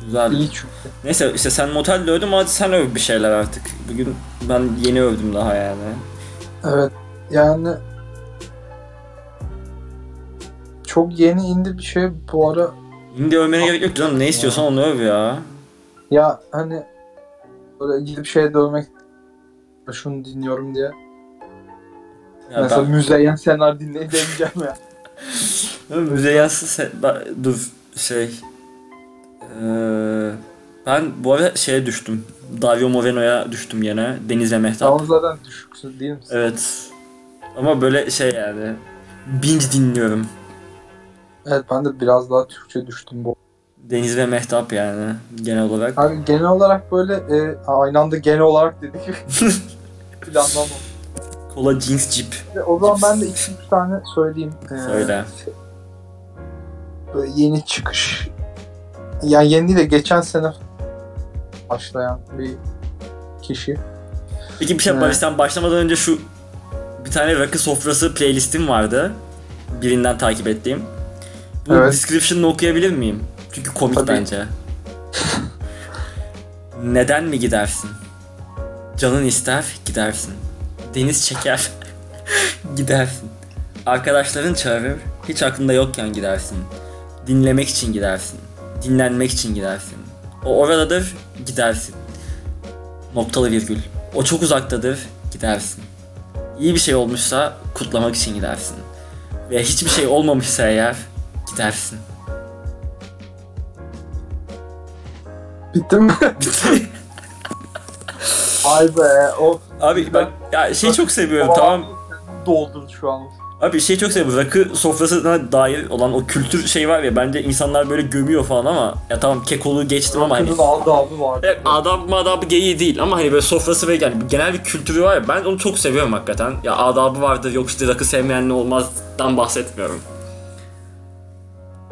Speaker 1: Güzel.
Speaker 2: iyi çünkü.
Speaker 1: Neyse işte sen motel de övdün hadi sen öv bir şeyler artık. Bugün ben yeni övdüm daha yani.
Speaker 2: Evet yani çok yeni indi bir şey bu ara
Speaker 1: Şimdi övmene gerek yok canım ne istiyorsan onu öv ya.
Speaker 2: Ya hani böyle gidip şeye dövmek şunu dinliyorum diye.
Speaker 1: ya
Speaker 2: Mesela Müzeyyen Senar dinleyip demeyeceğim ya.
Speaker 1: ben, Müzeyyen Se- ben- dur şey. Ee, ben bu arada şeye düştüm. Davio Moreno'ya düştüm yine. Deniz ve Mehtap.
Speaker 2: Tamam zaten düşüksün değil misin?
Speaker 1: Evet. Ama böyle şey yani. Binge dinliyorum.
Speaker 2: Evet ben de biraz daha Türkçe düştüm bu.
Speaker 1: Deniz ve Mehtap yani genel olarak.
Speaker 2: Abi genel olarak böyle e, aynı anda genel
Speaker 1: [LAUGHS]
Speaker 2: olarak dedik. Planlanmadı.
Speaker 1: Kola Jeans Jeep
Speaker 2: O zaman ben de iki üç tane söyleyeyim. Ee,
Speaker 1: söyle.
Speaker 2: böyle yeni çıkış. Yani yeni değil de geçen sene başlayan bir kişi.
Speaker 1: Peki bir şey
Speaker 2: Evet.
Speaker 1: Barış sen başlamadan önce şu bir tane rakı sofrası playlistim vardı. Birinden takip ettiğim. Bu
Speaker 2: Evet.
Speaker 1: description'ını okuyabilir miyim? Çünkü komik
Speaker 2: Tabii.
Speaker 1: bence. Neden mi gidersin? Canın ister gidersin. Deniz çeker [LAUGHS] gidersin. Arkadaşların çağırır hiç aklında yokken gidersin. Dinlemek için gidersin. Dinlenmek için gidersin. O oradadır gidersin. Noktalı virgül. O çok uzaktadır, gidersin. İyi bir şey olmuşsa kutlamak için gidersin. Ve hiçbir şey olmamışsa eğer gidersin. [LAUGHS] [LAUGHS]
Speaker 2: Bitti mi? Ay be o
Speaker 1: Abi bak ya şey çok seviyorum
Speaker 2: Ama-
Speaker 1: tamam.
Speaker 2: doldun şu an.
Speaker 1: Abi şey çok seviyorum rakı sofrasına dair olan o kültür şey var ya bence insanlar böyle gömüyor falan ama ya tamam kekoluğu geçtim ama hani E,
Speaker 2: Kızın aldı abi vardı.
Speaker 1: Evet, adab madabı geyiği değil ama hani böyle sofrası ve yani genel bir kültürü var ya ben onu çok seviyorum hakikaten. Ya adabı vardır yok işte rakı sevmeyenli olmazdan bahsetmiyorum.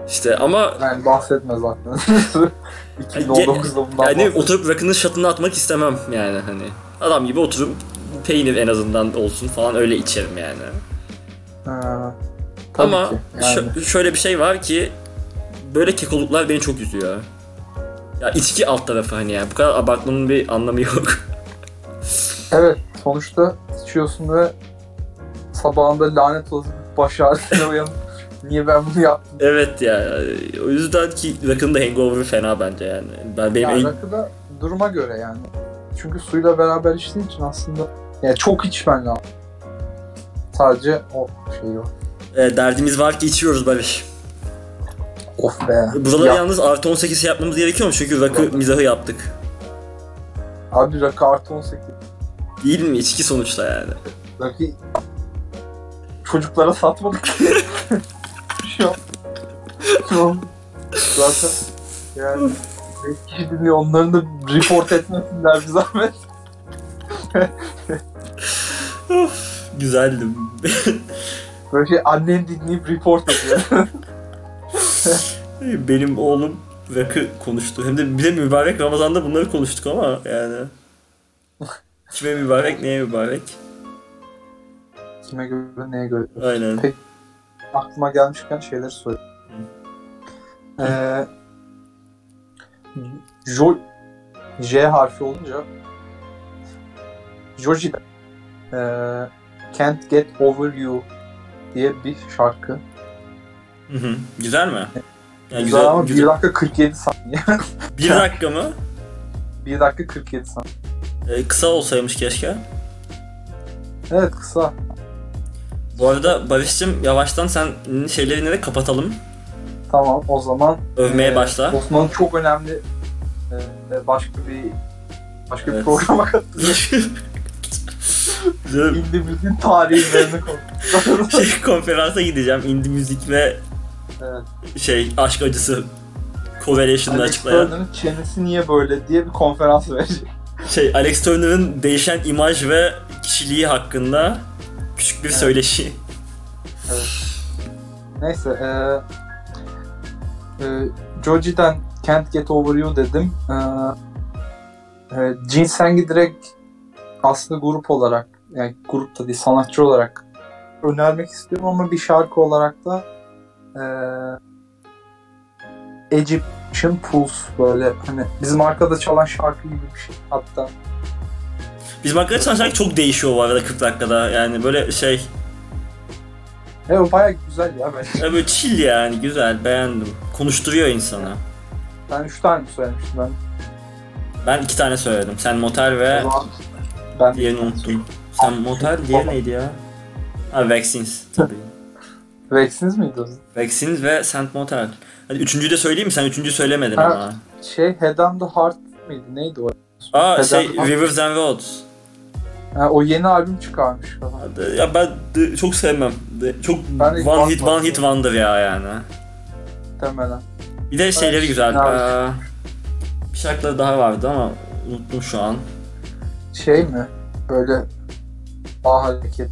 Speaker 1: İşte ama
Speaker 2: Yani bahsetme zaten. [LAUGHS] 2019'da bundan
Speaker 1: yani
Speaker 2: bahset.
Speaker 1: oturup rakının şatını atmak istemem yani hani. Adam gibi oturup peynir en azından olsun falan öyle içerim yani.
Speaker 2: Ha, tabii
Speaker 1: ama
Speaker 2: ki. Yani.
Speaker 1: şö- şöyle bir şey var ki böyle kekoluklar beni çok üzüyor. Ya içki alt tarafı hani ya bu kadar abartmanın bir anlamı yok. [LAUGHS]
Speaker 2: Evet sonuçta içiyorsun ve sabahında lanet olası bir baş ağrısıyla uyanıp [LAUGHS] niye ben bunu yaptım?
Speaker 1: Evet ya. O yüzden ki rakının da hangover'ı fena bence yani. Ben benim
Speaker 2: Yani
Speaker 1: en-
Speaker 2: rakı da duruma göre yani. Çünkü suyla beraber içtiğin için aslında yani çok içmen lazım. Sadece o şey o.
Speaker 1: e, derdimiz var ki içiyoruz Barış.
Speaker 2: Of be.
Speaker 1: Buraları
Speaker 2: Ya,
Speaker 1: yalnız artı 18 şey yapmamız gerekiyor mu? Çünkü rakı mizahı yaptık.
Speaker 2: Abi rakı artı 18.
Speaker 1: Değil mi? İçki sonuçta yani.
Speaker 2: Rakı çocuklara [LAUGHS] satmadık ki. Bir şey yok. Tamam. Zaten yani beş kişi dinliyor. Onların da report etmesinler bir zahmet.
Speaker 1: Güzeldim. [LAUGHS]
Speaker 2: Böyle şey annen dinleyip report ediyor.
Speaker 1: Benim oğlum rakı konuştu. Hem de bir de mübarek Ramazan'da bunları konuştuk ama
Speaker 2: [LAUGHS]
Speaker 1: yani. Kime mübarek, neye mübarek?
Speaker 2: Kime göre neye göre.
Speaker 1: Aynen.
Speaker 2: aklıma gelmişken şeyleri söyleyeyim. Ee, jo, J harfi olunca Joji ee, Can't Get Over You diye bir şarkı.
Speaker 1: Hı hı. Güzel mi? Yani
Speaker 2: güzel, ama
Speaker 1: güzel,
Speaker 2: 1
Speaker 1: güzel.
Speaker 2: dakika 47 saniye. [LAUGHS]
Speaker 1: Bir dakika mı?
Speaker 2: 1 dakika 47 saniye.
Speaker 1: Ee, kısa olsaymış keşke.
Speaker 2: Evet kısa.
Speaker 1: Bu arada Barış'cığım yavaştan sen şeylerini de kapatalım.
Speaker 2: Tamam o zaman
Speaker 1: Övmeye
Speaker 2: ee,
Speaker 1: başla.
Speaker 2: Osman'ın çok önemli ee, başka bir başka
Speaker 1: Evet.
Speaker 2: bir
Speaker 1: [LAUGHS]
Speaker 2: programa kadar
Speaker 1: Canım,
Speaker 2: indirimizin tarihlerini konuşacağız.
Speaker 1: şey, [LAUGHS] konferansa gideceğim. Indie müzik ve
Speaker 2: evet.
Speaker 1: şey aşk acısı correlation'ını
Speaker 2: Alex
Speaker 1: açıklayan.
Speaker 2: Turner'ın çenesi niye böyle diye bir konferans [LAUGHS] verecek.
Speaker 1: Şey Alex Turner'ın değişen imaj ve kişiliği hakkında küçük bir
Speaker 2: Evet.
Speaker 1: söyleşi.
Speaker 2: Neyse. e, eee eee, Joji'den Can't Get Over You dedim. Eee e, Ginseng'i direkt aslında grup olarak yani grupta değil sanatçı olarak önermek istiyorum ama bir şarkı olarak da e, eee Egyptian Pulse böyle hani bizim arkada çalan şarkı gibi bir şey hatta.
Speaker 1: Bizim arkadaşlar şarkı çok değişiyor bu arada 40 dakikada. Yani böyle şey,
Speaker 2: Evet e, bayağı güzel ya ben.
Speaker 1: ya böyle chill yani güzel beğendim. Konuşturuyor insana.
Speaker 2: Ben üç tane mi söylemiştim ben.
Speaker 1: Ben iki tane söyledim. Sen motel ve
Speaker 2: O zaman ben
Speaker 1: diğerini unuttum. Sen motel diğer neydi ya? Ha Vaccines tabii.
Speaker 2: Rex'iniz miydi o zaman?
Speaker 1: Vaccines ve Saint Motel. Hadi üçüncüyü de söyleyeyim mi? Sen üçüncüyü söylemedin
Speaker 2: Ha.
Speaker 1: ama.
Speaker 2: Şey Head on the Heart mıydı? Neydi o?
Speaker 1: Aa
Speaker 2: Neden?
Speaker 1: şey Rivers and Roads.
Speaker 2: Ha, o yeni albüm çıkarmış falan.
Speaker 1: Ya ben de çok sevmem. De- Çok
Speaker 2: Ben de hiç
Speaker 1: one hit one
Speaker 2: bakmadım.
Speaker 1: hit wonder ya yani.
Speaker 2: Muhtemelen.
Speaker 1: Bir de şeyleri güzel.
Speaker 2: Evet.
Speaker 1: Aa, bir şarkıları daha vardı ama unuttum şu an.
Speaker 2: Şey mi? Böyle A hareket.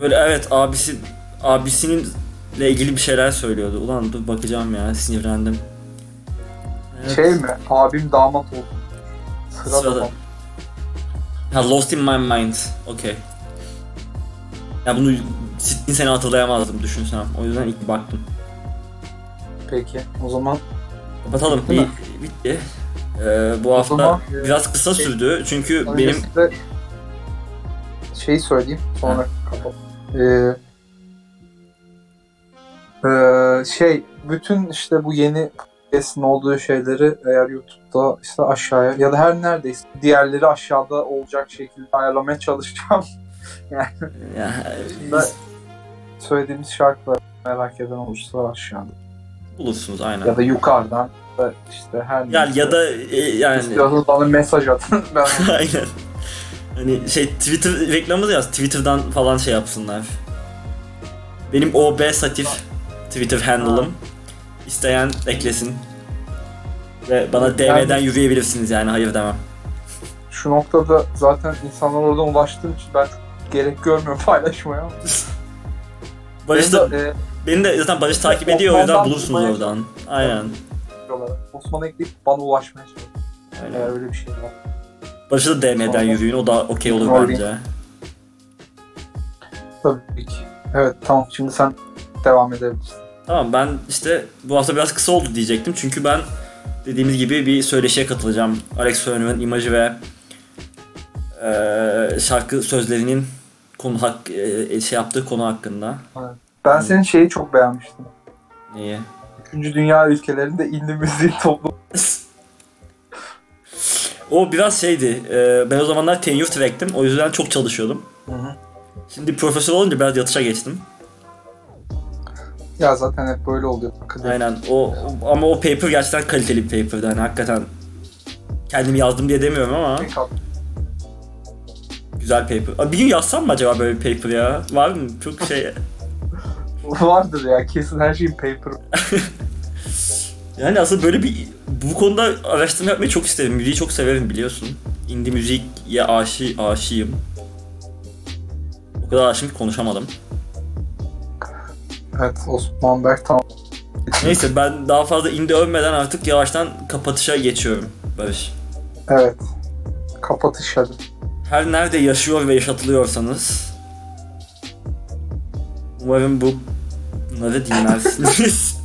Speaker 1: Böyle evet abisi abisinin ile ilgili bir şeyler söylüyordu. Ulan dur bakacağım ya sinirlendim. Evet.
Speaker 2: Şey mi? Abim damat oldu. Sıra
Speaker 1: Sırada.
Speaker 2: damat.
Speaker 1: Ha Lost in My Mind. Okey. Ya bunu sittin seni hatırlayamazdım düşünsem. O yüzden ilk baktım.
Speaker 2: Peki. O zaman
Speaker 1: Kapatalım.
Speaker 2: Değil mi?
Speaker 1: İyi, bitti. Ee, bu hafta
Speaker 2: zaman, e,
Speaker 1: biraz kısa sürdü çünkü benim
Speaker 2: öncesinde şeyi söyleyeyim. Sonra kapat. Ee, ee, şey bütün işte bu yeni podcast'in olduğu şeyleri eğer YouTube'da işte aşağıya ya da her neredeyse diğerleri aşağıda olacak şekilde ayarlamaya çalışacağım. [LAUGHS]
Speaker 1: ya,
Speaker 2: Ben- Söylediğimiz şarkıları merak eden olursa aşağıda
Speaker 1: bulursunuz aynen.
Speaker 2: ya da yukarıdan da işte her
Speaker 1: Ya ya da e, yani
Speaker 2: İstiyorsanız bana mesaj atın. [LAUGHS] Ben
Speaker 1: aynen. Hani şey Twitter reklamı da yaz. Twitter'dan falan şey yapsınlar. Benim OB Satif Twitter handle'ım. İsteyen eklesin. Ve bana DM'den yürüyebilirsiniz yani hayır demem.
Speaker 2: şu noktada zaten insanlar oradan ulaştığım için ben gerek görmüyorum [LAUGHS] paylaşmaya.
Speaker 1: Barış da,
Speaker 2: Benim de,
Speaker 1: beni de zaten Barış takip ediyor o yüzden bulursunuz oradan. Aynen.
Speaker 2: e, olarak Osman ekleyip bana ulaşmaya çalışıyor.
Speaker 1: Aynen.
Speaker 2: Eğer öyle bir şey var.
Speaker 1: Barış'a da DM'den yürüyün o da okey olur
Speaker 2: Doğru.
Speaker 1: bence.
Speaker 2: Tabii ki. Evet tamam şimdi sen devam edebilirsin.
Speaker 1: Tamam ben işte bu hafta biraz kısa oldu diyecektim çünkü ben dediğimiz gibi bir söyleşiye katılacağım. Alex Turner'ın imajı ve eee, şarkı sözlerinin konu hak eee, şey yaptığı konu hakkında.
Speaker 2: Ben
Speaker 1: Hı.
Speaker 2: senin şeyi çok beğenmiştim.
Speaker 1: Neyi?
Speaker 2: Üçüncü dünya ülkelerinde indi müziği [LAUGHS] toplum.
Speaker 1: o biraz şeydi. eee, ben o zamanlar tenure track'tim. O yüzden çok çalışıyordum.
Speaker 2: Hı hı.
Speaker 1: Şimdi profesör olunca biraz yatışa geçtim.
Speaker 2: Ya zaten hep böyle oluyor. Akademi.
Speaker 1: Aynen. O ama o paper gerçekten kaliteli bir paper'dı. Hani hakikaten kendim yazdım diye demiyorum ama güzel paper. Aa, Bir gün yazsam mı acaba böyle bir paper ya? Var mı? Çok şey.
Speaker 2: [LAUGHS] Vardır ya kesin her şeyin paper.
Speaker 1: Yani aslında böyle bir bu konuda araştırma yapmayı çok isterim. Müziği çok severim biliyorsun. Indie müzik ya aşı aşığım. O kadar aşığım ki konuşamadım.
Speaker 2: Evet Osman Berk tam.
Speaker 1: Neyse ben daha fazla indie övmeden artık yavaştan kapatışa geçiyorum Barış.
Speaker 2: Evet. Kapatış hadi.
Speaker 1: Her nerede yaşıyor ve yaşatılıyorsanız umarım bu bunları dinlersiniz.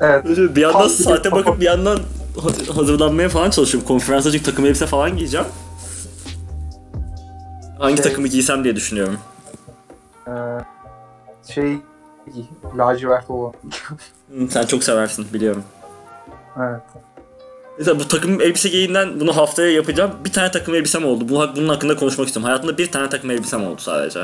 Speaker 2: Evet.
Speaker 1: bir yandan saate bakıp bir yandan ha- hazırlanmaya falan çalışıyorum. Konferansa çünkü takım elbise falan giyeceğim. Hangi
Speaker 2: Şey-
Speaker 1: takımı giysem diye düşünüyorum.
Speaker 2: Ee, şey lacivert olan.
Speaker 1: Hı, Sen çok seversin biliyorum.
Speaker 2: Evet.
Speaker 1: Mesela bu takım elbise giyinden bunu haftaya yapacağım. Bir tane takım elbisem oldu. Bu, hak- bunun hakkında konuşmak istiyorum. Hayatımda bir tane takım elbisem oldu sadece.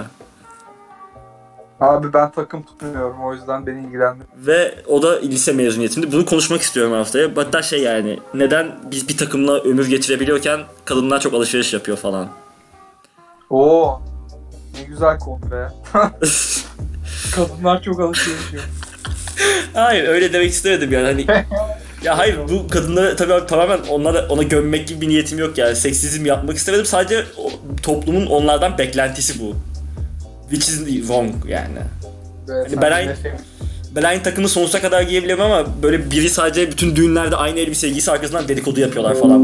Speaker 2: Abi ben takım tutmuyorum o yüzden beni ilgilendirmiyor.
Speaker 1: Ve o da lise mezuniyetimdi. Bunu konuşmak istiyorum haftaya. Hatta şey yani neden biz bir takımla ömür geçirebiliyorken kadınlar çok alışveriş yapıyor falan.
Speaker 2: Oo. Ne güzel konu be. [LAUGHS] Kadınlar çok alışıyor.
Speaker 1: hayır öyle demek istemedim yani hani. Ya hayır bu kadınları tabii abi tamamen onlara ona gömmek gibi bir niyetim yok yani. Seksizm yapmak istemedim. Sadece o- toplumun onlardan beklentisi bu. Which is wrong yani.
Speaker 2: Evet,
Speaker 1: ben aynı- Ben aynı takımı sonsuza kadar giyebilirim ama böyle biri sadece bütün düğünlerde aynı elbiseyi giyse arkasından dedikodu yapıyorlar falan.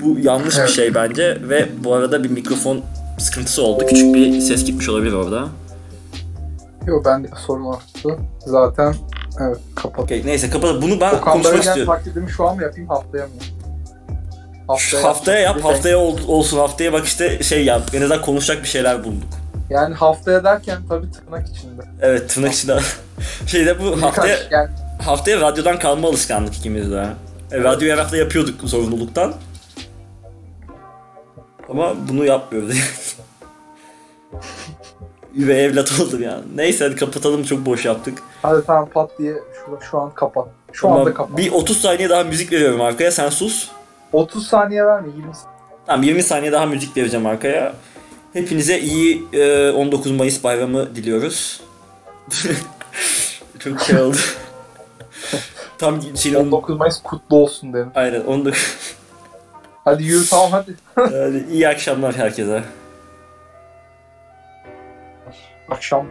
Speaker 1: Bu yanlış bir
Speaker 2: Evet.
Speaker 1: şey bence ve bu arada bir mikrofon sıkıntısı oldu. Küçük bir ses gitmiş olabilir orada.
Speaker 2: Yok bende sorun yoktu. Zaten evet kapat.
Speaker 1: Okey neyse kapat. Bunu ben
Speaker 2: Okan
Speaker 1: konuşmak
Speaker 2: Bölgen
Speaker 1: istiyorum.
Speaker 2: taklidimi şu an mı yapayım haftaya mı?
Speaker 1: Şu haftaya yap,
Speaker 2: yapacağım.
Speaker 1: haftaya ol- olsun. Haftaya bak işte şey yap. En azından konuşacak bir şeyler bulduk.
Speaker 2: Yani haftaya derken tabii tırnak içinde.
Speaker 1: Evet tırnak içinde. [LAUGHS] Şeyde bu haftaya
Speaker 2: Birkaç- yani
Speaker 1: Haftaya radyodan kalma alışkanlık ikimiz de. E, radyoyu her hafta yapıyorduk zorunluluktan. Ama bunu yapmıyoruz. [LAUGHS] Ve evlat oldum ya. Neyse hadi kapatalım çok boş yaptık.
Speaker 2: hadi tamam pat diye şu, şu an kapat. Şu
Speaker 1: Tamam,
Speaker 2: anda kapat.
Speaker 1: Bir 30 saniye daha müzik veriyorum arkaya sen sus.
Speaker 2: 30 saniye verme 20 saniye.
Speaker 1: Tamam 20 saniye daha müzik vereceğim arkaya. Hepinize iyi e, 19 Mayıs bayramı diliyoruz. [LAUGHS] çok şey oldu. Tam şeyin
Speaker 2: 19 Mayıs kutlu olsun derim.
Speaker 1: Aynen 19.
Speaker 2: Hadi yürü tamam hadi.
Speaker 1: Yani iyi akşamlar herkese.
Speaker 2: Akşam